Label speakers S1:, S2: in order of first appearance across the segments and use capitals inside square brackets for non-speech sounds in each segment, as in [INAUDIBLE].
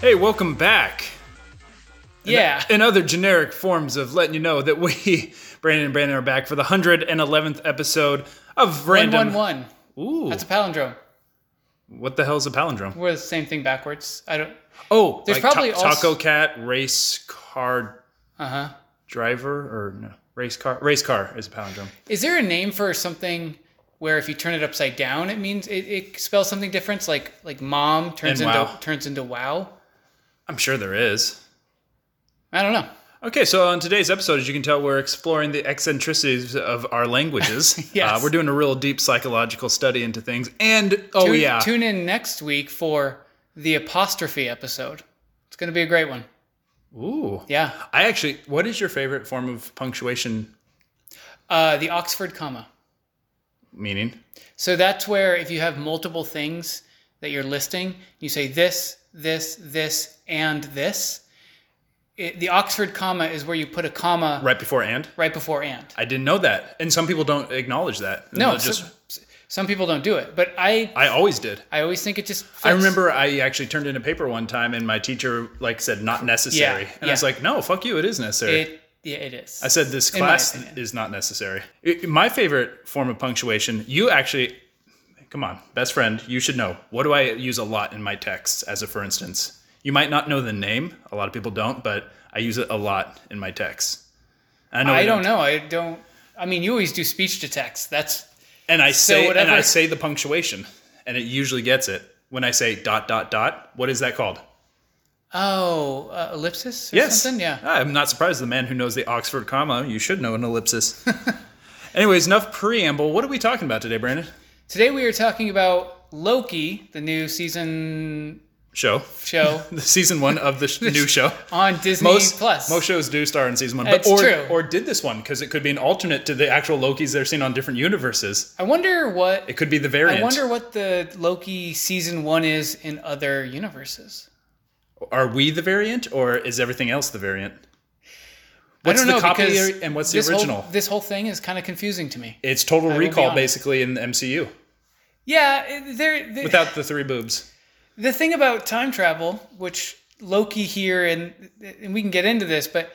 S1: Hey, welcome back.
S2: Yeah.
S1: And other generic forms of letting you know that we, [LAUGHS] Brandon and Brandon, are back for the 111th episode of Random.
S2: 111.
S1: Ooh.
S2: That's a palindrome.
S1: what the hell's a palindrome?
S2: We're the same thing backwards. I don't.
S1: Oh,
S2: There's
S1: like ta-
S2: probably also-
S1: Taco Cat, race car
S2: Uh huh.
S1: driver, or no, race car. Race car is a palindrome.
S2: Is there a name for something where if you turn it upside down, it means it, it spells something different? Like like mom turns
S1: And
S2: into
S1: wow.
S2: turns into wow.
S1: I'm sure there is.
S2: I don't know.
S1: Okay, so on today's episode, as you can tell, we're exploring the eccentricities of our languages.
S2: [LAUGHS] Yes.
S1: Uh, we're doing a real deep psychological study into things. And, oh,
S2: tune,
S1: yeah.
S2: Tune in next week for the apostrophe episode. It's gonna be a great one.
S1: Ooh.
S2: Yeah.
S1: I actually, what is your favorite form of punctuation
S2: Uh, the Oxford comma.
S1: meaning?
S2: So that's where if you have multiple things that you're listing, you say this, this, this, and this. It, the Oxford comma is where you put a comma right,
S1: Right before and?
S2: before and.
S1: I didn't know that. And some people don't acknowledge that.
S2: No,
S1: They'll just
S2: some, some people don't do it, but I
S1: I always did.
S2: I always think it just. Fits.
S1: I remember I actually turned in a paper one time and my teacher like said not necessary.
S2: Yeah,
S1: and I was
S2: yeah.
S1: like, "No, fuck you, it is necessary."
S2: it. Yeah, it is.
S1: I said this
S2: In my
S1: class
S2: opinion.
S1: is not necessary. I- my favorite form of punctuation, you actually come on, best friend, you should know. What do I use a lot in my texts as a for instance? You might not know the name, a lot of people don't, but I use it a lot in my texts. I know
S2: I
S1: we
S2: don't know. I don't. I mean, you always do speech to text. That's
S1: And I say
S2: whatever-
S1: and I say the punctuation, and it usually gets it. When I say dot dot dot, what is that called?
S2: oh uh, ellipsis or
S1: Yes.
S2: something. Yeah.
S1: Ah, I'm not surprised. The man who knows the Oxford comma, you should know an ellipsis. [LAUGHS] Anyways, enough preamble. What are we talking about today, Brandon?
S2: Today we are talking about Loki, the new season
S1: Show [LAUGHS]
S2: show
S1: the season one of the
S2: [LAUGHS]
S1: sh- new show.
S2: on Disney
S1: Most
S2: Plus.
S1: most shows do star in season one,
S2: It's
S1: or
S2: true.
S1: or did this one because it could be an alternate to the actual Loki's they're seen on different universes.
S2: I wonder what
S1: It could be the variant.
S2: I wonder what the Loki season one is in other universes.
S1: are we the variant, or is everything else the variant? What's
S2: I don't
S1: the
S2: know
S1: copy
S2: because
S1: and what's the
S2: this whole-
S1: original?
S2: this whole thing is kind of confusing to me.
S1: It's Total
S2: be
S1: Recall,
S2: honest.
S1: basically, in the MCU
S2: Yeah, eh, there. there-
S1: without the three boobs.
S2: the thing about time travel, which Loki here, and and we can get into this, but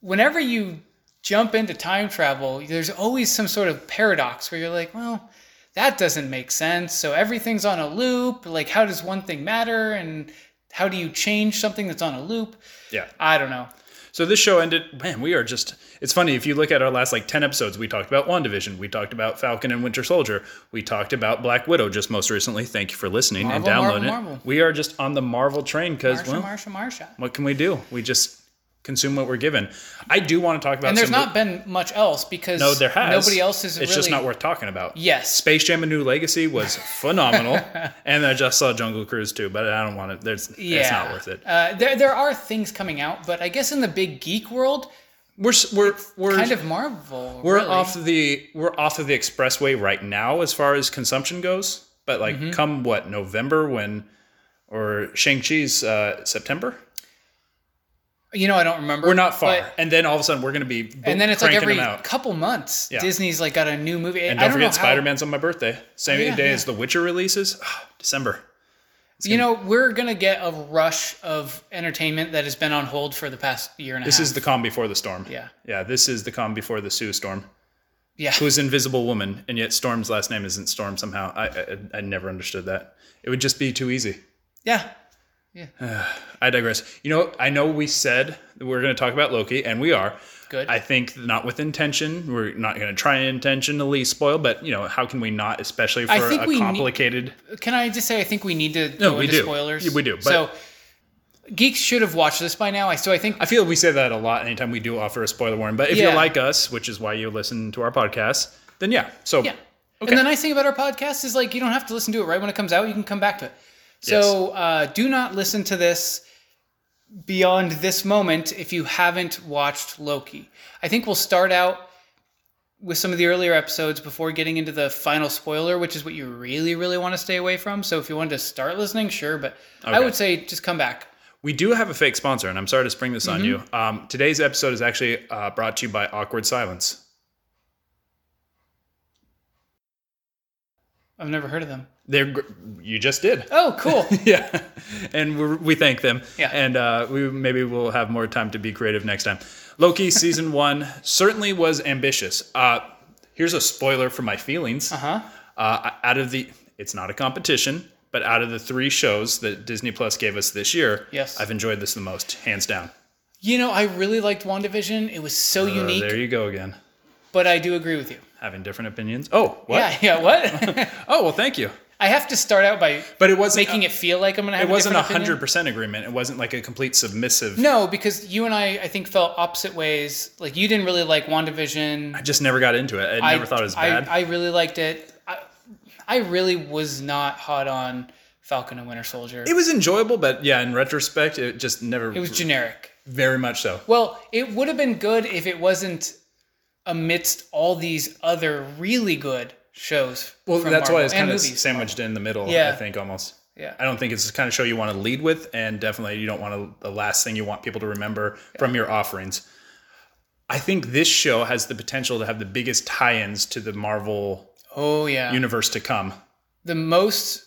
S2: whenever you jump into time travel, there's always some sort of paradox where you're like, well, that doesn't make sense. So everything's on a loop. Like, how does one thing matter, and how do you change something that's on a loop?
S1: Yeah.
S2: I don't know.
S1: So this show ended. Man, we are just. It's funny if you look at our last like ten episodes. We talked about WandaVision. We talked about Falcon and Winter Soldier. We talked about Black Widow just most recently. Thank you for listening and
S2: Marvel,
S1: downloading
S2: Marvel, Marvel.
S1: it. We are just on the Marvel train because
S2: Marsha,
S1: well,
S2: Marsha, Marsha.
S1: what can we do? We just consume what we're given. I do want to talk about.
S2: And there's
S1: some-
S2: not been much else because
S1: No, there has.
S2: nobody else is
S1: It's
S2: really.
S1: just not worth talking about.
S2: Yes.
S1: Space Jam: A New Legacy
S2: [LAUGHS]
S1: was phenomenal, and I just saw Jungle Cruise too, but I don't want it. There's, it's not worth it.
S2: Uh, there, there are things coming out, but I guess in the big geek world,
S1: We're s- we're we're
S2: kind of Marvel.
S1: we're
S2: really.
S1: off the we're off of the expressway right now as far as consumption goes. But like,
S2: Mm-hmm.
S1: come what November when or Shang Chi's uh, September,
S2: You know, I don't remember.
S1: we're not far,
S2: but-
S1: and then all of a sudden we're going to be bo-
S2: and then it's like
S1: cranking
S2: every
S1: them out.
S2: couple months,
S1: Yeah.
S2: Disney's like got a new movie.
S1: And
S2: I
S1: don't
S2: don't know
S1: forget
S2: how-
S1: Spider Man's on my birthday, same
S2: yeah,
S1: day
S2: yeah.
S1: as The Witcher releases, Ah, December.
S2: You know, we're gonna get a rush of entertainment that has been on hold for the past year and a
S1: This
S2: half.
S1: is the calm before the storm.
S2: Yeah.
S1: yeah. This is the calm before the Sue storm.
S2: yeah.
S1: Who's Invisible Woman, and yet Storm's last name isn't Storm somehow. I, I I never understood that. It would just be too easy.
S2: yeah.
S1: I digress. You know, I know we said that we're going to talk about Loki, and we are.
S2: Good.
S1: I think not with intention. We're not going to try and intentionally spoil, but you know, how can we not, especially for
S2: I think
S1: a
S2: we need-
S1: complicated?
S2: Can I just say I think we need to
S1: No,
S2: go
S1: we
S2: into
S1: do.
S2: spoilers?
S1: Yeah, we do, but-
S2: so geeks should have watched this by now. I so I think
S1: I feel we say that a lot anytime we do offer a spoiler warning. But if
S2: Yeah.
S1: you're like us, which is why you listen to our podcast, then yeah. So
S2: Yeah.
S1: Okay.
S2: And the nice thing about our podcast is like you don't have to listen to it right when it comes out. You can come back to it. So uh, do not listen to this beyond this moment if you haven't watched Loki. I think we'll start out with some of the earlier episodes before getting into the final spoiler, which is what you really, really want to stay away from. So if you wanted to start listening, sure, but I
S1: Okay.
S2: would say just come back.
S1: We do have a fake sponsor, and I'm sorry to spring this
S2: Mm-hmm.
S1: on you. Um, today's episode is actually uh, brought to you by Awkward Silence.
S2: I've never heard of them.
S1: They're, gr- you just did.
S2: Oh, cool.
S1: [LAUGHS] yeah [LAUGHS] and we're, we thank them
S2: Yeah.
S1: and uh, we maybe we'll have more time to be creative next time
S2: [LAUGHS]
S1: loki season one certainly was ambitious uh, here's a spoiler for my feelings
S2: huh?
S1: uh, out of the it's not a competition but out of the three shows that disney plus gave us this year
S2: Yes.
S1: i've enjoyed this the most hands down
S2: You know, I really liked WandaVision. It was so
S1: Uh,
S2: unique,
S1: there you go again
S2: but I do agree with you.
S1: having different opinions oh what
S2: Yeah,
S1: [LAUGHS]
S2: yeah. What?
S1: oh well thank you
S2: I have to start out by
S1: but it wasn't
S2: making it feel like I'm gonna have.
S1: it wasn't
S2: a
S1: a
S2: different opinion.
S1: hundred percent agreement. It wasn't like a complete submissive.
S2: No, because you and I, I think, felt opposite ways. Like you didn't really like WandaVision.
S1: I just never got into it. I, never thought it was
S2: I-
S1: bad.
S2: I, really liked it. I, I really was not hot on Falcon and Winter Soldier.
S1: It was enjoyable, but yeah, in retrospect, it just never.
S2: it was generic.
S1: very much so.
S2: Well, it would have been good if it wasn't amidst all these other really good shows.
S1: Well,
S2: from
S1: that's why
S2: Marvel
S1: it's
S2: and
S1: kind of
S2: movies.
S1: sandwiched in the middle. I
S2: Yeah.
S1: think almost.
S2: Yeah.
S1: I don't think it's the kind of show you want to lead with, and definitely you don't want to, the last thing you want people to remember from your offerings. I think this show has the potential to have the biggest tie-ins to the Marvel
S2: Oh yeah.
S1: universe to come.
S2: the most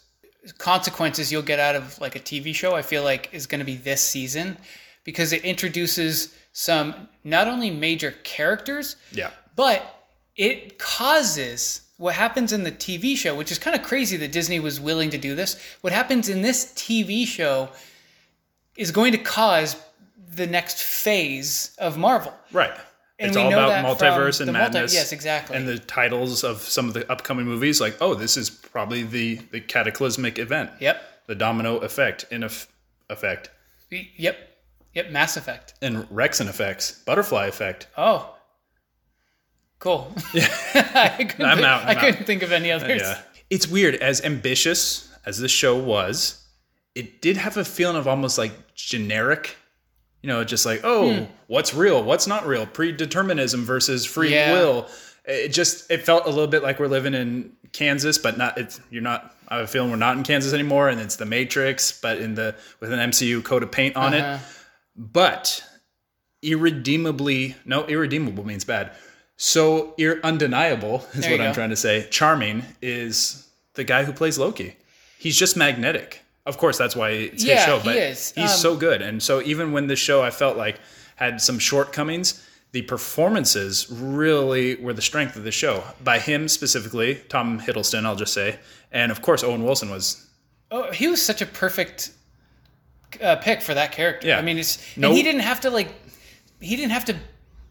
S2: consequences you'll get out of like a TV show, I feel like, is going to be this season because it introduces some not only major characters,
S1: Yeah.
S2: but it causes what happens in the TV show, which is kind of crazy that Disney was willing to do this. What happens in this TV show is going to cause the next phase of Marvel.
S1: Right.
S2: And
S1: it's
S2: we
S1: all
S2: know
S1: about
S2: that from
S1: multiverse
S2: the
S1: and
S2: multi-
S1: madness.
S2: yes, exactly.
S1: And the titles of some of the upcoming movies, like, oh, this is probably the the cataclysmic event.
S2: Yep.
S1: The domino effect, in eff- effect,
S2: Yep. Yep. Mass Effect.
S1: and Rexin effects, butterfly effect.
S2: Oh, cool. [LAUGHS] I couldn't,
S1: I'm
S2: thi-
S1: out, I'm
S2: I
S1: out.
S2: couldn't think of any others.
S1: Yeah. It's weird. As ambitious as this show was, it did have a feeling of almost like generic. You know, just like, oh, what's real, what's not real, predeterminism versus free
S2: Yeah.
S1: will. It just it felt a little bit like we're living in Kansas, but not it's you're not I have a feeling we're not in Kansas anymore and it's the Matrix, but in the with an MCU coat of paint on it. But irredeemably no, irredeemable means bad. So ir- undeniable is
S2: There
S1: what
S2: you
S1: I'm
S2: go.
S1: trying to say. Charming is the guy who plays Loki. He's just magnetic. Of course, that's why it's his
S2: Yeah,
S1: show.
S2: he
S1: But
S2: is.
S1: he's
S2: Um,
S1: so good, and so even when this show I felt like had some shortcomings, the performances really were the strength of the show. By him specifically, Tom Hiddleston, I'll just say, and of course Owen Wilson was
S2: Oh, he was such a perfect uh, pick for that character.
S1: Yeah.
S2: I mean, it's
S1: No-
S2: and he didn't have to like, he didn't have to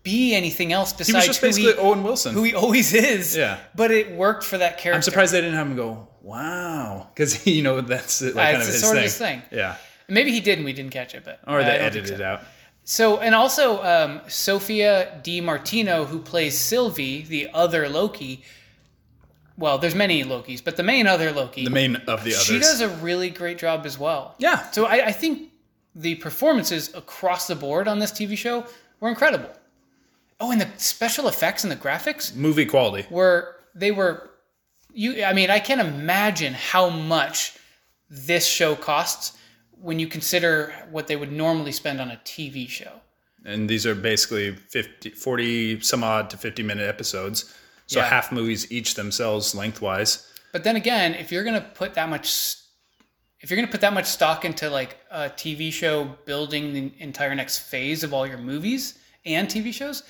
S2: be anything else besides
S1: he was just
S2: who,
S1: basically
S2: he,
S1: Owen Wilson.
S2: who he always is.
S1: Yeah.
S2: But it worked for that character.
S1: I'm surprised they didn't have him go wow because you know that's like, kind of
S2: it's
S1: his
S2: sort
S1: thing.
S2: of his thing.
S1: Yeah,
S2: Maybe he did and we didn't catch it, but
S1: or they
S2: I don't think
S1: edited it
S2: so.
S1: out.
S2: So and also um, Sophia Di Martino, who plays Sylvie, the other Loki. Well, there's many Lokis, but the main other Loki.
S1: The main of the others.
S2: She does a really great job as well.
S1: Yeah.
S2: So I, I think the performances across the board on this TV show were incredible. Oh, and the special effects and the graphics
S1: movie quality.
S2: were they were you I mean, I can't imagine how much this show costs when you consider what they would normally spend on a TV show.
S1: and these are basically 50 40 some odd to 50 minute episodes so
S2: Yeah.
S1: half movies each themselves lengthwise
S2: But then again, if you're gonna put that much, s- if you're gonna put that much stock into like a TV show building the entire next phase of all your movies and TV shows,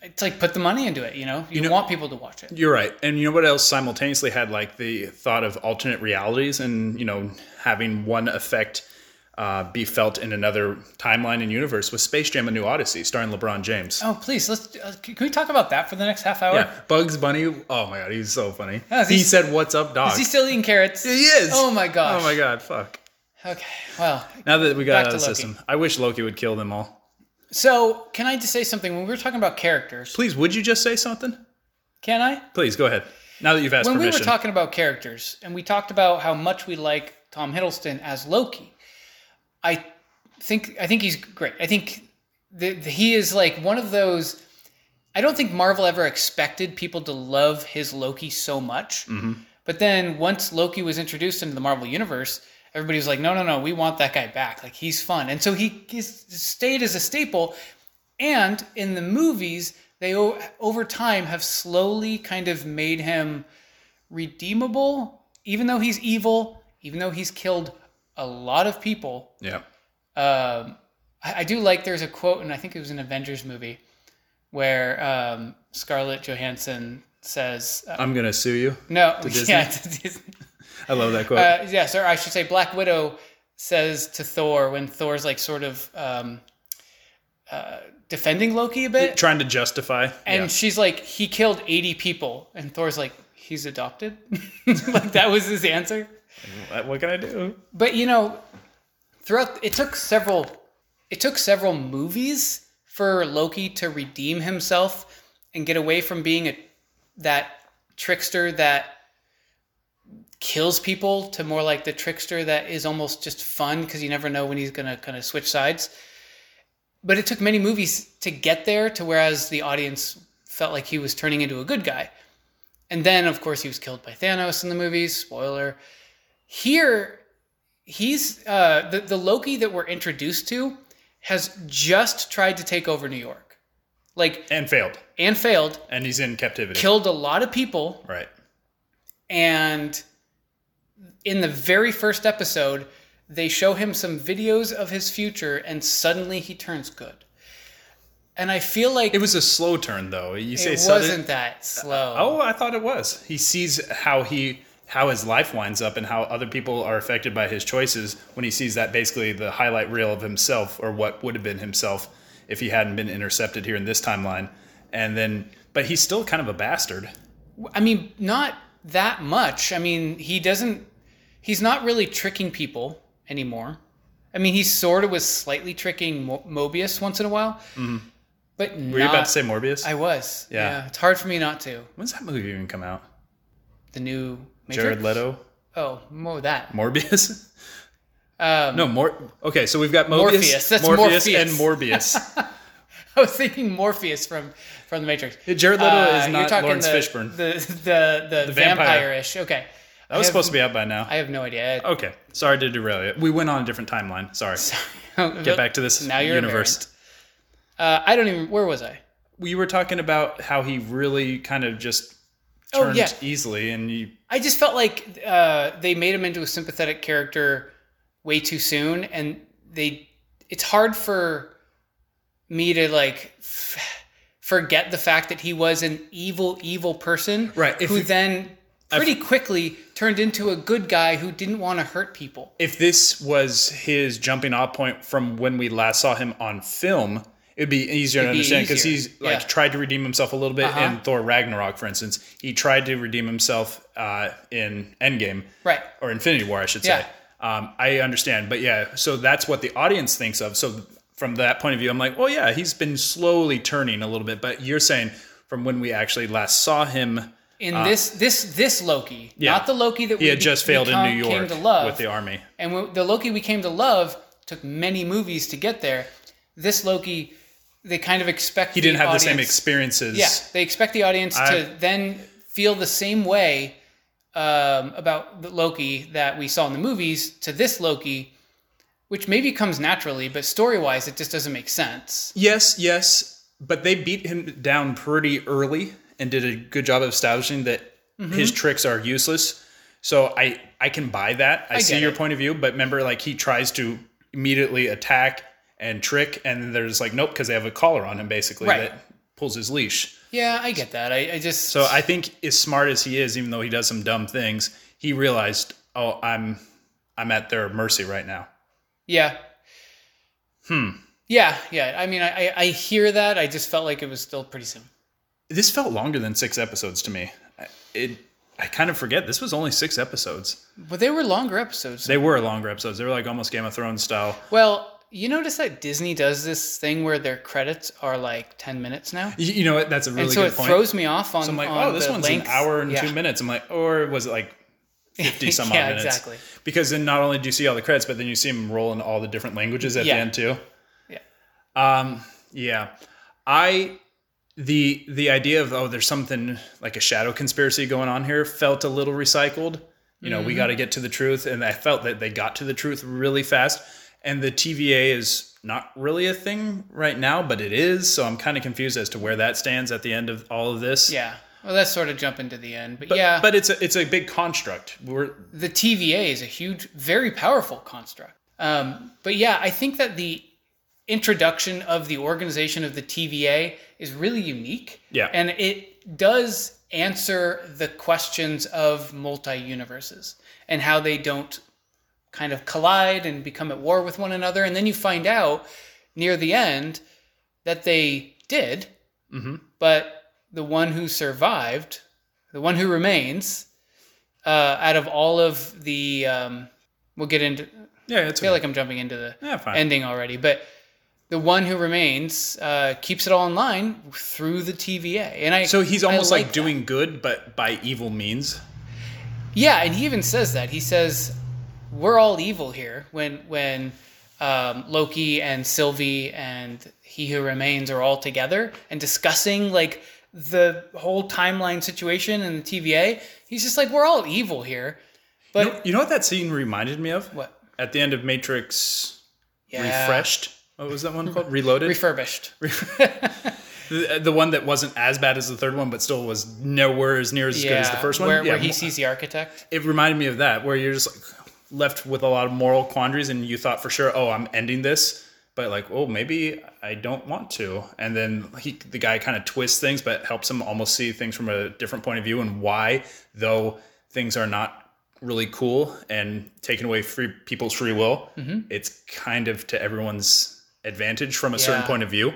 S2: it's like put the money into it. You know, you, want people to watch it.
S1: you're right and you know what else simultaneously had like the thought of alternate realities and you know having one effect uh, be felt in another timeline and universe was space jam a new odyssey starring lebron james
S2: Oh, please let's. Uh, c- can we talk about that for the next half hour?
S1: yeah bugs bunny oh my god he's so funny
S2: Oh, is
S1: he,
S2: he-
S1: said what's up dog
S2: Is he still eating carrots?
S1: he is
S2: Oh my
S1: oh
S2: gosh.
S1: my god fuck
S2: Okay. Well,
S1: now that we got
S2: Back
S1: out
S2: to
S1: of the
S2: Loki.
S1: system i wish loki would kill them all
S2: so can I just say something? When we were talking about characters,
S1: please would you just say something
S2: can I?
S1: Please go ahead. Now that you've asked
S2: when we
S1: permission.
S2: were talking about characters and we talked about how much we like Tom Hiddleston as Loki, I think I think he's great. I think the, the- he is like one of those. I don't think Marvel ever expected people to love his Loki so much, but then once Loki was introduced into the Marvel universe, everybody was like, no, no, no, we want that guy back. Like he's fun, and so he he's stayed as a staple. And in the movies, they o- over time have slowly kind of made him redeemable, even though he's evil, even though he's killed a lot of people.
S1: Yeah.
S2: Um, I, I do like there's a quote, and I think it was an Avengers movie where um, Scarlett Johansson says, uh,
S1: I'm going to sue you.
S2: "No,
S1: Disney?
S2: [LAUGHS] yeah, to Disney.
S1: I love that quote.
S2: Uh, yeah, sir. I should say Black Widow says to Thor when Thor's like sort of um, uh, defending Loki a bit,
S1: Trying to justify.
S2: and
S1: yeah.
S2: she's like, "He killed eighty people," and Thor's like, "He's adopted." [LAUGHS] like that was his answer.
S1: What- what can I do?
S2: But you know, throughout it took several it took several movies for Loki to redeem himself and get away from being a that trickster that kills people to more like the trickster that is almost just fun because you never know when he's going to kind of switch sides. But it took many movies to get there to whereas the audience felt like he was turning into a good guy. And then of course he was killed by Thanos in the movies, spoiler. Here he's uh, the the Loki that we're introduced to has just tried to take over New York, like
S1: And failed.
S2: and failed,
S1: And he's in captivity.
S2: killed a lot of people,
S1: Right.
S2: and in the very first episode, they show him some videos of his future, and suddenly he turns good. And I feel like
S1: It
S2: it,
S1: was a slow turn, though. You say
S2: wasn't
S1: sudden.
S2: that slow.
S1: Oh, I thought it was. He sees how he how his life winds up and how other people are affected by his choices when he sees that basically the highlight reel of himself or what would have been himself if he hadn't been intercepted here in this timeline. And then but he's still kind of a bastard.
S2: I mean, not that much. I mean, he doesn't. He's not really tricking people anymore. I mean, he sort of was slightly tricking Mo- Mobius once in a while, but
S1: Mm-hmm. Were you about to say Morbius?
S2: I was.
S1: Yeah.
S2: Yeah. it's hard for me not to.
S1: When's that movie even come out?
S2: The new Matrix?
S1: Jared Leto?
S2: Oh, more that. [LAUGHS]
S1: Morbius?
S2: Um,
S1: No, Mor Okay, so we've got Mobius,
S2: Morpheus. That's
S1: Morpheus,
S2: Morpheus.
S1: and
S2: [LAUGHS]
S1: Morbius.
S2: I was thinking Morpheus from from the Matrix.
S1: Jared Leto
S2: Uh,
S1: is
S2: you're
S1: not
S2: talking
S1: Lawrence
S2: the,
S1: Fishburne.
S2: The the the,
S1: vampire.
S2: vampire-ish. Okay.
S1: that was supposed to be out by now.
S2: I have no idea.
S1: okay, sorry to derail you. We went on a different timeline. Sorry. Oh.
S2: [LAUGHS]
S1: Get back to this
S2: Now you're a
S1: universe.
S2: variant. Uh, I don't even. Where was I?
S1: we were talking about how he really kind of just
S2: Oh,
S1: turned
S2: yeah.
S1: easily and you
S2: I just felt like uh, they made him into a sympathetic character way too soon, and they. It's hard for me to like f- forget the fact that he was an evil, evil person,
S1: Right, if
S2: who
S1: you-
S2: then pretty quickly turned into a good guy who didn't want to hurt people.
S1: if this was his jumping off point from when we last saw him on film it would be easier to
S2: be
S1: understand because
S2: easier,
S1: he's like
S2: yeah.
S1: tried to redeem himself a little bit
S2: Uh-huh.
S1: in thor ragnarok for instance he tried to redeem himself uh, in endgame
S2: Right.
S1: or infinity war i should
S2: Yeah.
S1: say um, i understand but yeah so that's what the audience thinks of so from that point of view i'm like well yeah he's been slowly turning a little bit but you're saying from when we actually last saw him
S2: In this, this, this Loki,
S1: Uh, yeah.
S2: not the Loki that
S1: He had just failed in New York
S2: Came to love.
S1: with the army.
S2: And when- the Loki we came to love took many movies to get there. This Loki, they kind of expect
S1: He didn't have the same
S2: audience-
S1: experiences.
S2: Yeah, they expect the audience to then feel the same way um, about the Loki that we saw in the movies to this Loki, which maybe comes naturally, but story wise, it just doesn't make sense.
S1: Yes, yes, but they beat him down pretty early and did a good job of establishing that his
S2: Mm-hmm.
S1: tricks are useless. So I I can buy that. I, see
S2: get
S1: your
S2: it.
S1: point of view, but remember, like he tries to immediately attack and trick, and then there's like nope because they have a collar on him basically
S2: Right.
S1: that pulls his leash.
S2: Yeah, I get that. I, I just
S1: So I think as smart as he is, even though he does some dumb things, he realized oh I'm I'm at their mercy right now.
S2: Yeah. Hmm.
S1: Hmm.
S2: Yeah, yeah. I mean, I, I I hear that. I just felt like it was still pretty soon.
S1: this felt longer than six episodes to me. I- It, I kind of forget this was only six episodes.
S2: But they were longer episodes.
S1: They were longer episodes. They were like almost Game of Thrones style.
S2: Well, you notice that Disney does this thing where their credits are like 10 minutes now?
S1: You, you know what? That's a really
S2: and so
S1: good
S2: it
S1: point.
S2: throws me off on
S1: I'm like,
S2: on
S1: oh, this
S2: the
S1: one's
S2: length.
S1: an hour and
S2: Yeah.
S1: two minutes. I'm like, or was it
S2: [LAUGHS]
S1: like fifty some
S2: Yeah,
S1: odd minutes?
S2: exactly.
S1: Because then not only do you see all the credits, but then you see them roll in all the different languages at
S2: Yeah.
S1: the end too.
S2: Yeah.
S1: Um. Yeah. I the the idea of oh, there's something like a shadow conspiracy going on here felt a little recycled You know,
S2: Mm-hmm.
S1: we got to get to the truth. And I felt that they got to the truth really fast. And the TVA is not really a thing right now, but it is. So I'm kind of confused as to where that stands at the end of all of this.
S2: Yeah. Well, that's sort of jumping to the end, but,
S1: But,
S2: yeah,
S1: but it's a it's a big construct. We're
S2: the TVA is a huge, very powerful construct. Um, but yeah, I think that the introduction of the organization of the TVA is really unique.
S1: Yeah.
S2: And it does answer the questions of multi universes and how they don't kind of collide and become at war with one another. And then you find out near the end that they did,
S1: Mhm.
S2: but the one who survived, the one who remains, uh, out of all of the, um, we'll get into. I
S1: yeah, it's
S2: feel like I'm jumping into the
S1: Yeah, fine.
S2: ending already, but the one who remains uh, keeps it all in line through the TVA, and I.
S1: so he's
S2: I
S1: almost like,
S2: that.
S1: doing good, but by evil means.
S2: Yeah, and he even says that. He says, "We're all evil here." When when um, Loki and Sylvie and He Who Remains are all together and discussing like the whole timeline situation and the TVA, he's just like, "We're all evil here."
S1: You
S2: But
S1: know, you know what that scene reminded me of?
S2: what?
S1: At the end of Matrix
S2: Yeah.
S1: Refreshed. What was that one called? Reloaded.
S2: Refurbished. [LAUGHS]
S1: the, the one that wasn't as bad as the third one, but still was nowhere as near as good as the first one.
S2: where,
S1: yeah,
S2: where he
S1: mo-
S2: sees the architect.
S1: it reminded me of that, where you're just like left with a lot of moral quandaries, and you thought for sure, oh, I'm ending this, but like, oh, maybe I don't want to. And then he, the guy, kind of twists things, but helps him almost see things from a different point of view and why, though things are not really cool and taking away free people's free will, it's kind of to everyone's advantage from a certain
S2: Yeah.
S1: point of view.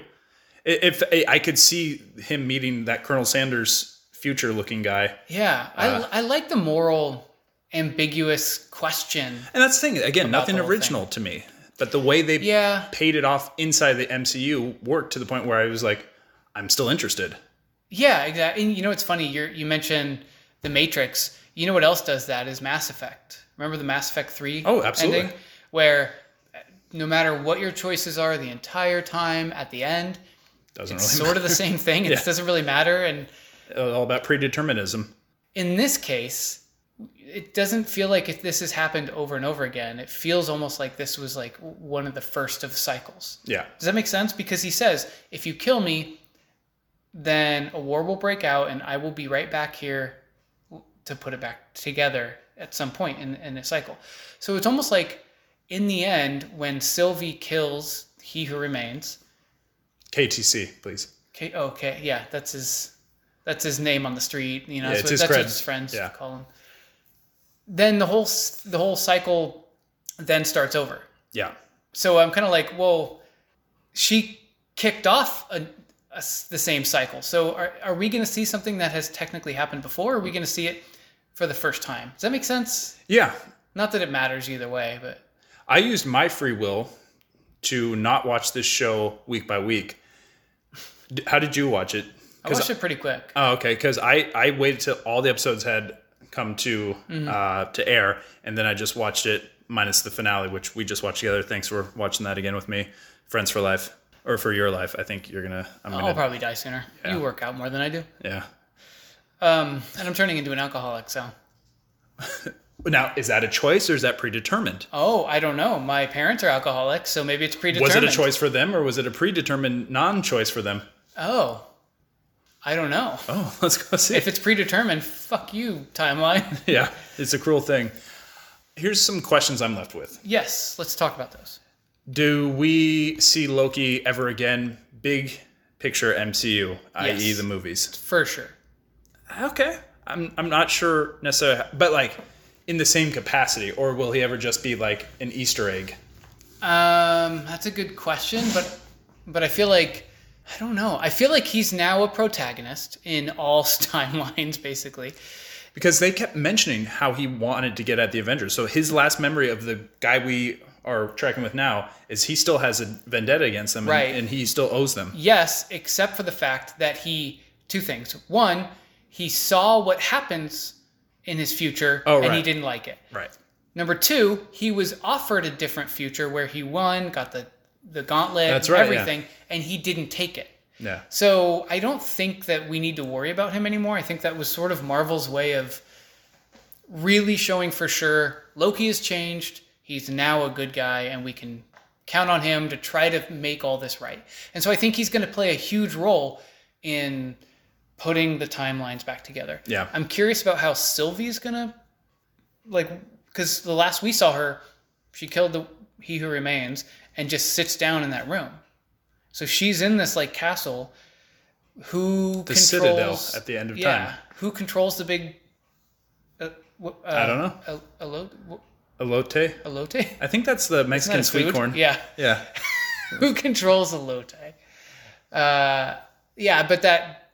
S1: I- If I- I could see him meeting that Colonel Sanders future-looking guy.
S2: Yeah, I I like the moral ambiguous question.
S1: And that's the thing. Again, nothing
S2: the whole thing.
S1: original to me. But the way they
S2: Yeah.
S1: paid it off inside the MCU worked to the point where I was like, I'm still interested.
S2: Yeah, exactly. And you know, it's funny. You you mentioned the Matrix. You know what else does that is Mass Effect. Remember the Mass Effect three?
S1: Oh, absolutely.
S2: where uh, no matter what your choices are, the entire time at the end,
S1: Doesn't
S2: it's
S1: really
S2: sort of the same thing. [LAUGHS] It doesn't really matter. And
S1: matter. all about predeterminism.
S2: in this case, it doesn't feel like if this has happened over and over again. It feels almost like this was like one of the first of cycles.
S1: Yeah.
S2: Does that make sense? Because he says, if you kill me, then a war will break out and I will be right back here to put it back together at some point in, in a cycle. So it's almost like in the end, when Sylvie kills he who remains,
S1: KTC, please.
S2: okay, okay oh, yeah, that's his that's his name on the street, you know,
S1: Yeah, it's
S2: that's, what,
S1: his
S2: that's what
S1: cred.
S2: his friends
S1: Yeah.
S2: call him. Then the whole s- the whole cycle then starts over.
S1: Yeah.
S2: So I'm kind of like, well, she kicked off a, a s- the same cycle. So are, are we going to see something that has technically happened before? Or are we going to see it for the first time? Does that make sense?
S1: Yeah.
S2: Not that it matters either way, but
S1: I used my free will to not watch this show week by week. D- How did you watch it?
S2: I watched it pretty quick.
S1: Oh, okay. Because I I waited till all the episodes had come to
S2: Mm-hmm.
S1: uh, to air, and then I just watched it minus the finale, which we just watched together. Thanks for watching that again with me, friends for life or for your life. I think you're gonna. I'm
S2: I'll
S1: gonna.
S2: probably die sooner. You work out more than I do.
S1: yeah.
S2: Um, and I'm turning into an alcoholic, so.
S1: Now, is that a choice or is that predetermined?
S2: Oh, I don't know. My parents are alcoholics, so maybe it's
S1: Was
S2: predetermined.
S1: it a choice for them or was it a predetermined non-choice for them?
S2: Oh, I don't know.
S1: Oh, [LAUGHS] let's go see.
S2: If it's predetermined, fuck you, timeline. [LAUGHS]
S1: yeah, it's a cruel thing. Here's some questions I'm left with.
S2: yes, let's talk about those.
S1: Do we see Loki ever again? Big picture MCU, i.e.
S2: Yes.
S1: e the movies.
S2: For sure.
S1: Okay. I'm I'm not sure necessarily, but like in the same capacity, or will he ever just be like an Easter egg?
S2: Um, that's a good question, but but I feel like I don't know. I feel like he's now a protagonist in all [LAUGHS] timelines, basically.
S1: Because they kept mentioning how he wanted to get at the Avengers. So his last memory of the guy we are tracking with now is he still has a vendetta against them, and,
S2: Right.
S1: and he still owes them.
S2: Yes, except for the fact that he two things. One, he saw what happens in his future,
S1: Oh,
S2: and he
S1: right.
S2: didn't like it.
S1: Right.
S2: Number two, he was offered a different future where he won, got the the gauntlet,
S1: That's right, yeah.
S2: everything, and he didn't take it.
S1: Yeah.
S2: So I don't think that we need to worry about him anymore. I think that was sort of Marvel's way of really showing for sure Loki has changed. He's now a good guy, and we can count on him to try to make all this right. And so I think he's going to play a huge role in putting the timelines back together.
S1: Yeah.
S2: I'm curious about how Sylvie's going to, like, because the last we saw her, she killed the He Who Remains and just sits down in that room. So she's in this, like, castle. Who
S1: The
S2: controls,
S1: Citadel at the end of
S2: yeah,
S1: time.
S2: Who controls the big? Uh, wh- uh,
S1: I don't know. Elote?
S2: Elo- wh- elote? [LAUGHS]
S1: I think that's the
S2: Isn't that
S1: Mexican
S2: a
S1: sweet
S2: food?
S1: corn.
S2: Yeah.
S1: Yeah.
S2: Who controls elote? Uh, yeah, but that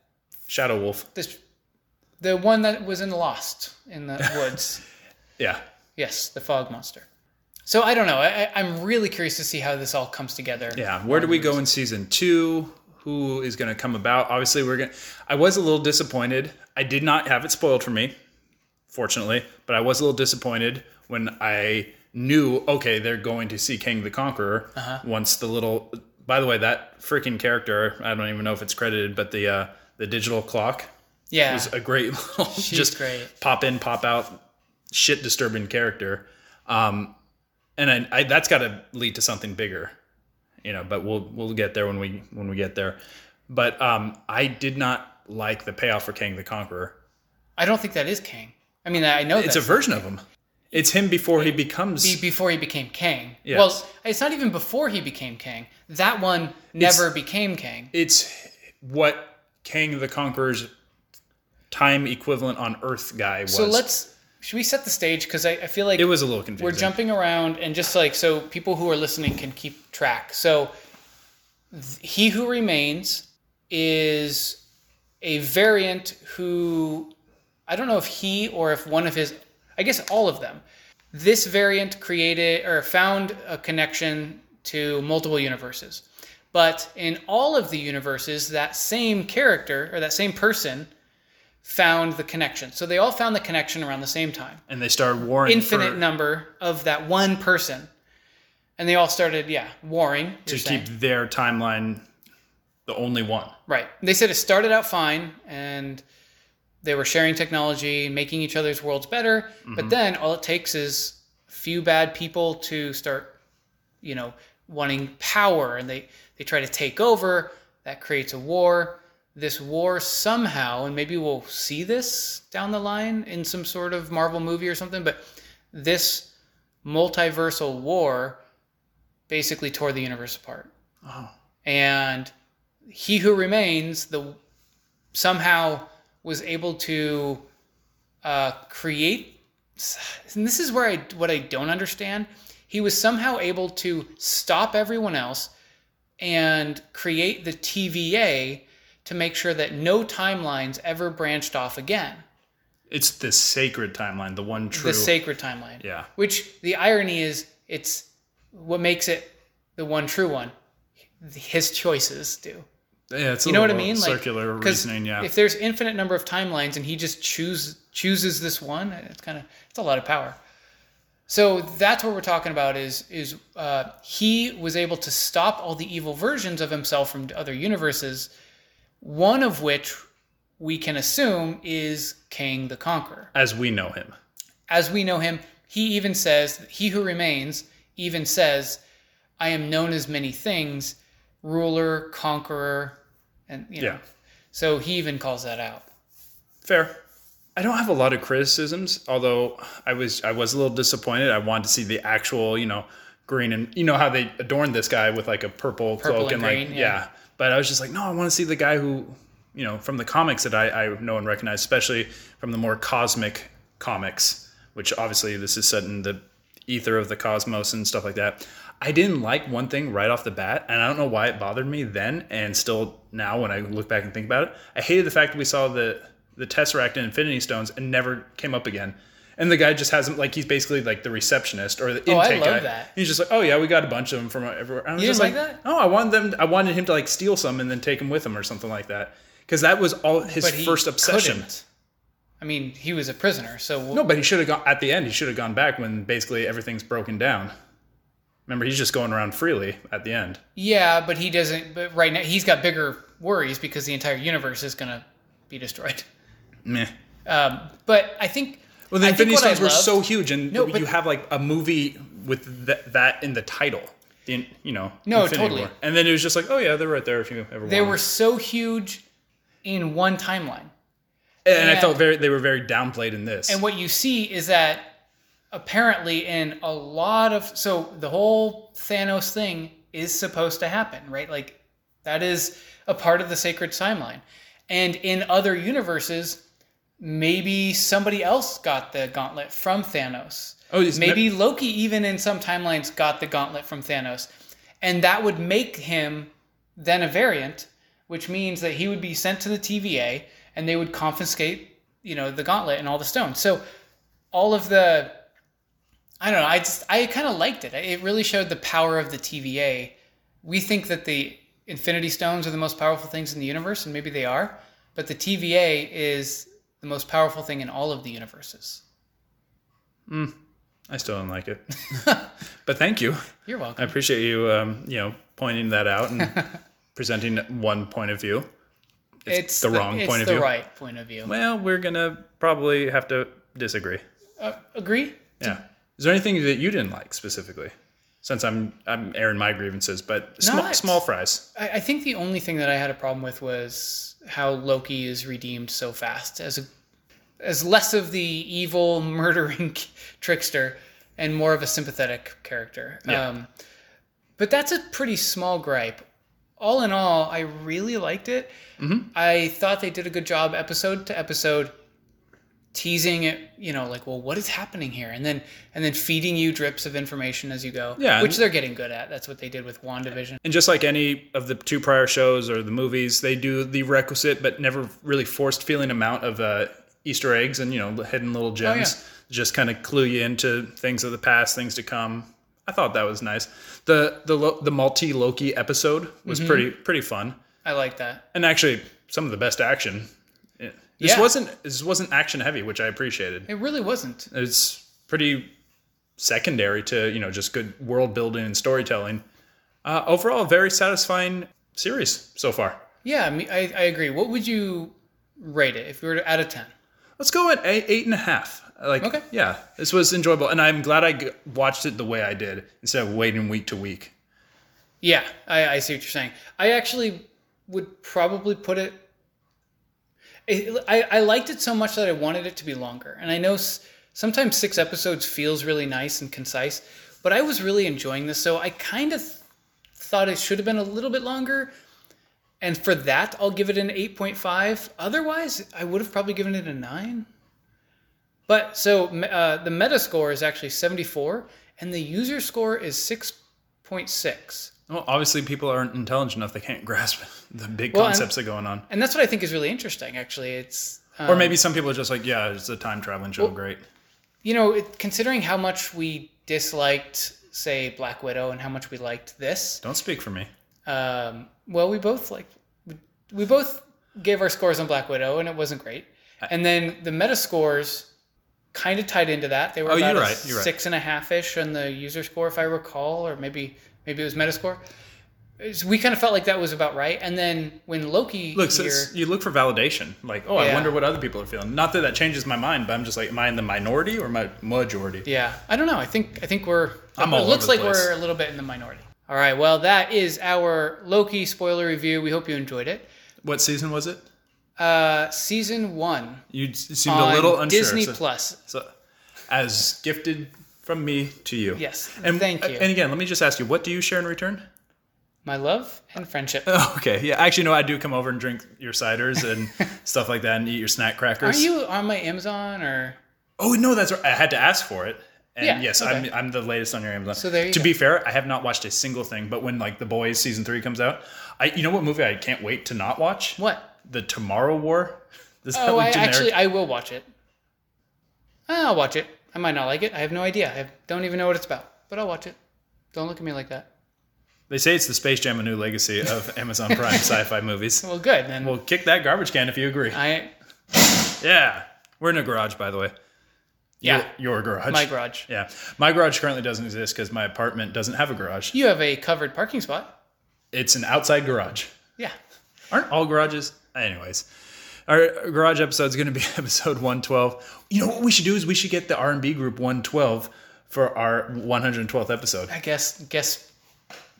S1: Shadow Wolf.
S2: this the one that was in Lost in the woods.
S1: Yeah.
S2: yes, the fog monster. So I don't know. I, I- I'm really curious to see how this all comes together.
S1: Yeah. Where do we go in season two? Who is going to come about? Obviously, we're going to. I was a little disappointed. I did not have it spoiled for me, fortunately, but I was a little disappointed when I knew, okay, they're going to see King the Conqueror once the little. By the way, that freaking character, I don't even know if it's credited, but the uh, the digital clock
S2: Yeah.
S1: was a great [LAUGHS] little, just
S2: great.
S1: pop in, pop out, shit disturbing character. Um, and I, I, that's got to lead to something bigger, you know. But we'll we'll get there when we when we get there. But um, I did not like the payoff for King the Conqueror.
S2: I don't think that is Kang. I mean, I know
S1: It's
S2: that's
S1: a version of him. It's him before he becomes.
S2: be- before he became Kang.
S1: Yes.
S2: Well, it's not even before he became Kang. That one never became Kang.
S1: it's what King the Conqueror's time equivalent on Earth guy was.
S2: So let's should we set the stage because I, I feel like
S1: It was a little confusing.
S2: we're jumping around and just like so people who are listening can keep track. So th- he who remains is a variant who I don't know if he or if one of his I guess all of them. This variant created or found a connection to multiple universes. But in all of the universes, that same character or that same person found the connection. So they all found the connection around the same time
S1: and they started warring.
S2: infinite
S1: for,
S2: number of that one person, and they all started, yeah, warring.
S1: to
S2: you're saying.
S1: keep their timeline the only one.
S2: right. They said it started out fine, and they were sharing technology, making each other's worlds better. But then all it takes is few bad people to start, you know, wanting power, and they they try to take over. That creates a war. This war somehow, and maybe we'll see this down the line in some sort of Marvel movie or something. But this multiversal war basically tore the universe apart. And he who remains, the somehow was able to uh, create. And this is where I what I don't understand. He was somehow able to stop everyone else and create the TVA to make sure that no timelines ever branched off again.
S1: It's the sacred timeline, the one true.
S2: The sacred timeline.
S1: yeah.
S2: Which the irony is, it's what makes it the one true one. His choices do.
S1: Yeah, it's a
S2: You know what I
S1: little
S2: mean? Like,
S1: Circular
S2: 'cause
S1: reasoning, yeah.
S2: If there's infinite number of timelines and he just choose chooses this one, it's kind of it's a lot of power. So that's what we're talking about. Is is uh, he was able to stop all the evil versions of himself from other universes, one of which we can assume is Kang the Conqueror
S1: As we know him.
S2: as we know him, he even says, he who remains even says, I am known as many things, ruler, conqueror, and you know.
S1: Yeah.
S2: So he even calls that out.
S1: Fair. I don't have a lot of criticisms, although I was I was a little disappointed. I wanted to see the actual, you know, green and you know how they adorned this guy with like a purple, cloak and,
S2: and green,
S1: like
S2: yeah.
S1: But I was just like, no, I want to see the guy who, you know, from the comics that I, I know and recognize, especially from the more cosmic comics, which obviously this is set in the ether of the cosmos and stuff like that. I didn't like one thing right off the bat, and I don't know why it bothered me then and still now when I look back and think about it. I hated the fact that we saw the the Tesseract and Infinity Stones and never came up again. And the guy just hasn't like he's basically like the receptionist or the intake
S2: Oh, I love
S1: guy.
S2: that.
S1: He's just like, oh yeah, we got a bunch of them from everywhere. I was
S2: You
S1: just
S2: didn't like that?
S1: no, I wanted them. I wanted him to like steal some and then take them with him or something like that. Because that was all his
S2: But he
S1: first obsession.
S2: couldn't. I mean, he was a prisoner, so
S1: No, but he should have gone at the end. He should have gone back when basically everything's broken down. Remember, he's just going around freely at the end.
S2: yeah, but he doesn't. But right now, he's got bigger worries [LAUGHS] because the entire universe is going to be destroyed.
S1: Meh.
S2: Um, but I think
S1: Well, the
S2: I think
S1: Infinity
S2: what I
S1: Stones were
S2: loved-
S1: so huge, and
S2: No,
S1: you
S2: but-
S1: have like a movie with th- that in the title. The in- you know,
S2: No,
S1: Infinity
S2: totally.
S1: War. And then it was just like, oh yeah, they're right there if you ever.
S2: They
S1: want
S2: were
S1: them.
S2: so huge in one timeline.
S1: and I
S2: yeah.
S1: felt very they were very downplayed in this.
S2: And what you see is that apparently in a lot of so the whole Thanos thing is supposed to happen, right? Like that is a part of the sacred timeline. And in other universes, maybe somebody else got the gauntlet from Thanos.
S1: Oh, it's ne-
S2: maybe Loki even in some timelines got the gauntlet from Thanos. And that would make him then a variant, which means that he would be sent to the TVA and they would confiscate, you know, the gauntlet and all the stones. So all of the I don't know, I just I kind of liked it. It really showed the power of the TVA. We think that the Infinity Stones are the most powerful things in the universe and maybe they are, but the TVA is the most powerful thing in all of the universes.
S1: I still don't like it, [LAUGHS] but thank you.
S2: You're welcome.
S1: I appreciate you, um, you know, pointing that out
S2: [LAUGHS]
S1: and presenting one point of view.
S2: it's,
S1: the wrong
S2: it's
S1: point of
S2: the
S1: view.
S2: right point of view.
S1: Well, we're gonna probably have to disagree.
S2: Uh, agree?
S1: Yeah. Is there anything that you didn't like specifically? Since I'm I'm airing my grievances, but small
S2: Not-
S1: small fries.
S2: I, I think the only thing that I had a problem with was how Loki is redeemed so fast as a as less of the evil [LAUGHS] murdering trickster and more of a sympathetic character.
S1: Yeah.
S2: Um, but that's a pretty small gripe. All in all, I really liked it.
S1: Mm-hmm.
S2: I thought they did a good job episode to episode teasing it, you know, like, well, what is happening here? And then and then feeding you drips of information as you go.
S1: Yeah,
S2: Which
S1: and-
S2: they're getting good at. That's what they did with WandaVision.
S1: And just like any of the two prior shows or the movies, they do the requisite but never really forced feeling amount of uh, Easter eggs and you know hidden little
S2: Oh,
S1: gems, just kind of clue you into things of the past, things to come. I thought that was nice. the the Lo- the multi Loki episode was
S2: Mm-hmm.
S1: pretty pretty fun,
S2: I like that.
S1: and actually some of the best action. Yeah. This
S2: Yeah.
S1: wasn't this wasn't action heavy, which I appreciated.
S2: It really wasn't.
S1: it's pretty secondary to you know just good world building and storytelling. Uh, overall, a very satisfying series so far.
S2: Yeah, I, mean, I, I agree. What would you rate it if you were to, out of 10?
S1: Let's go at eight, eight and a half. Like,
S2: Okay.
S1: yeah, this was enjoyable, and I'm glad I g- watched it the way I did instead of waiting week to week.
S2: Yeah, I, I see what you're saying. I actually would probably put it. I, I I liked it so much that I wanted it to be longer. And I know s- sometimes six episodes feels really nice and concise, but I was really enjoying this. So I kind of thought it should have been a little bit longer. And for that, I'll give it an 8.5. Otherwise, I would have probably given it a 9. But so m- uh, the meta score is actually 74, and the user score is 6.6.
S1: Well, obviously, people aren't intelligent enough; they can't [LAUGHS] grasp the big
S2: Well, and-
S1: concepts that are going on.
S2: and that's what I think is really interesting. Actually, it's um,
S1: Or maybe some people are just like, "Yeah, it's a time traveling show. Great."
S2: you know it, considering how much we disliked, say, Black Widow, and how much we liked this.
S1: Don't speak for me.
S2: Um, well, we both like we, we both gave our scores on Black Widow, and it wasn't great. And then the meta scores kind of tied into that. They were
S1: Oh,
S2: about
S1: you're
S2: a
S1: right, you're right.
S2: six and a half ish on the user score, if I recall, or maybe maybe it was meta score. It's- We kind of felt like that was about right. And then when Loki
S1: Look, so
S2: here,
S1: it's- you look for validation. Like, oh, I
S2: Yeah.
S1: wonder what other people are feeling. Not that that changes my mind, but I'm just like, am I in the minority or my majority?
S2: Yeah, I don't know. I think I think we're.
S1: I'm
S2: it
S1: all
S2: looks
S1: over
S2: like
S1: the place.
S2: we're a little bit in the minority. All right. Well, that is our Loki spoiler review. We hope you enjoyed it.
S1: What season was it?
S2: Uh, season one
S1: You s- seemed
S2: on
S1: a little unsure.
S2: Disney
S1: so-
S2: Plus.
S1: so, as gifted from me to you.
S2: Yes,
S1: And
S2: thank
S1: uh,
S2: you.
S1: And again, let me just ask you, what do you share in return? [LAUGHS]
S2: My love and friendship.
S1: Okay. Yeah. Actually, no. I do come over and drink your ciders
S2: [LAUGHS]
S1: and stuff like that, and eat your snack
S2: Are
S1: crackers.
S2: you on my Amazon or?
S1: Oh no, that's right. I had to ask for it. And
S2: Yeah,
S1: yes,
S2: okay.
S1: I'm, I'm the latest on your Amazon.
S2: So there you
S1: to
S2: go.
S1: be fair, I have not watched a single thing. But when like The Boys season three comes out, I you know what movie I can't wait to not watch?
S2: What?
S1: The Tomorrow War. [LAUGHS] Does
S2: Oh,
S1: look
S2: I
S1: generic?
S2: actually I will watch it. I'll watch it. I might not like it. I have no idea. I don't even know what it's about, but I'll watch it. Don't look at me like that.
S1: they say it's the Space Jam: A New Legacy
S2: [LAUGHS]
S1: of Amazon Prime sci-fi movies.
S2: Well, uh, good then.
S1: Well, kick that garbage can if you agree.
S2: I
S1: yeah, we're in a garage, by the way.
S2: Yeah.
S1: your, your garage.
S2: my garage.
S1: Yeah, my garage currently doesn't exist because my apartment doesn't have a garage.
S2: You have a covered parking spot.
S1: It's an outside garage.
S2: Yeah.
S1: Aren't all garages? Anyways, Our garage episode is going to be [LAUGHS] episode 112. You know what we should do is we should get the R&B group 112 for our 112th episode.
S2: I guess guess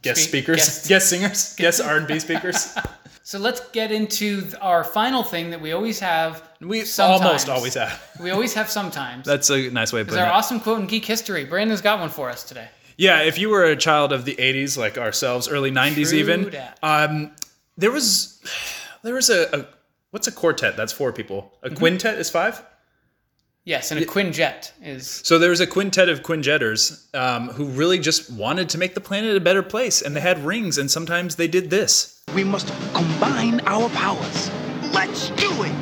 S1: Guest
S2: Speak-
S1: speakers, [LAUGHS] guest,
S2: guest-
S1: singers, guest R&B
S2: [LAUGHS]
S1: speakers.
S2: so let's get into th- our final thing that we always have
S1: We
S2: Sometimes.
S1: almost always have.
S2: we always have sometimes
S1: That's a nice way of
S2: is
S1: putting
S2: our
S1: it.
S2: awesome quote in geek history brandon's got one for us today
S1: Yeah, if you were a child of the '80s, like ourselves, early '90s,
S2: True
S1: even,
S2: dat.
S1: um, there was [SIGHS] there was a, a what's a quartet? That's four people. A
S2: Mm-hmm.
S1: quintet is five.
S2: yes and a quinjet is
S1: So there was a quintet of quinjetters um, who really just wanted to make the planet a better place, and they had rings, and sometimes they did this.
S3: We must combine our powers. Let's do it.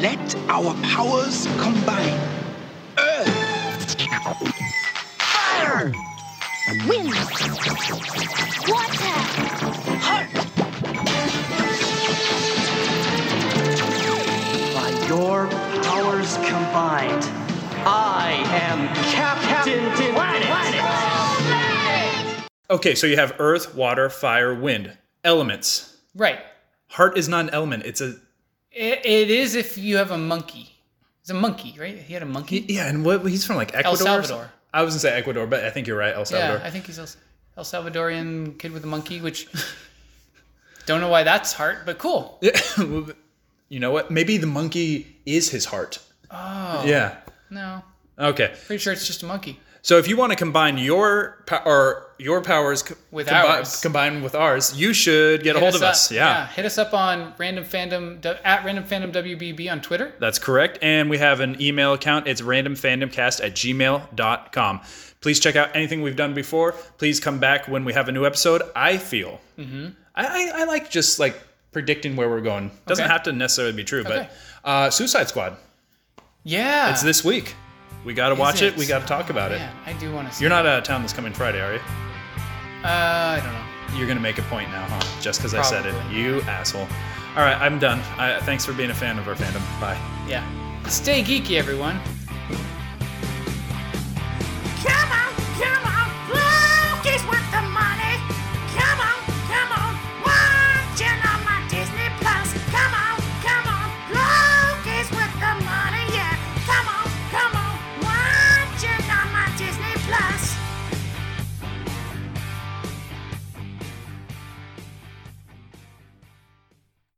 S3: Let our powers combine. Earth. Fire.
S4: Wind. Water.
S3: Heart.
S5: By your powers combined, I am Captain Planet.
S1: Okay, so you have earth, water, fire, wind, elements.
S2: right
S1: Heart is not an element; it's a
S2: it, it is if you have a monkey it's a monkey right he had a monkey
S1: yeah. And what he's from like Ecuador. or something?
S2: Salvador.
S1: I was gonna say Ecuador, but I think you're right, El Salvador.
S2: yeah i think he's El, El salvadorian kid with a monkey which [LAUGHS] don't know why that's hart but cool
S1: [LAUGHS] Yeah. you know what? Maybe the monkey is his heart. Oh. Yeah.
S2: no
S1: Okay.
S2: pretty sure it's just a monkey
S1: So if you want to combine your po- or your powers co-
S2: With
S1: combi-
S2: ours.
S1: combined with ours, you should get a hold of
S2: up-
S1: us. Yeah.
S2: Hit us up on random fandom at random fandom WBB on Twitter.
S1: That's correct. And we have an email account. It's randomfandomcast at gmail.com. Please check out anything we've done before. Please come back when we have a new episode. I feel. I, I, I like just like predicting where we're going. Doesn't
S2: Okay.
S1: have to necessarily be true,
S2: Okay.
S1: but uh, Suicide Squad.
S2: Yeah.
S1: It's this week. We got to watch it.
S2: it?
S1: We got to talk about
S2: Man, I do want to
S1: it.
S2: see.
S1: You're not out of town this coming Friday, are you?
S2: Uh, I don't know.
S1: You're going to make a point now, huh? Just because I said it.
S2: Probably.
S1: You asshole. All right, I'm done. I, thanks for being a fan of our fandom. Bye.
S2: Yeah. Stay geeky, everyone.
S4: Come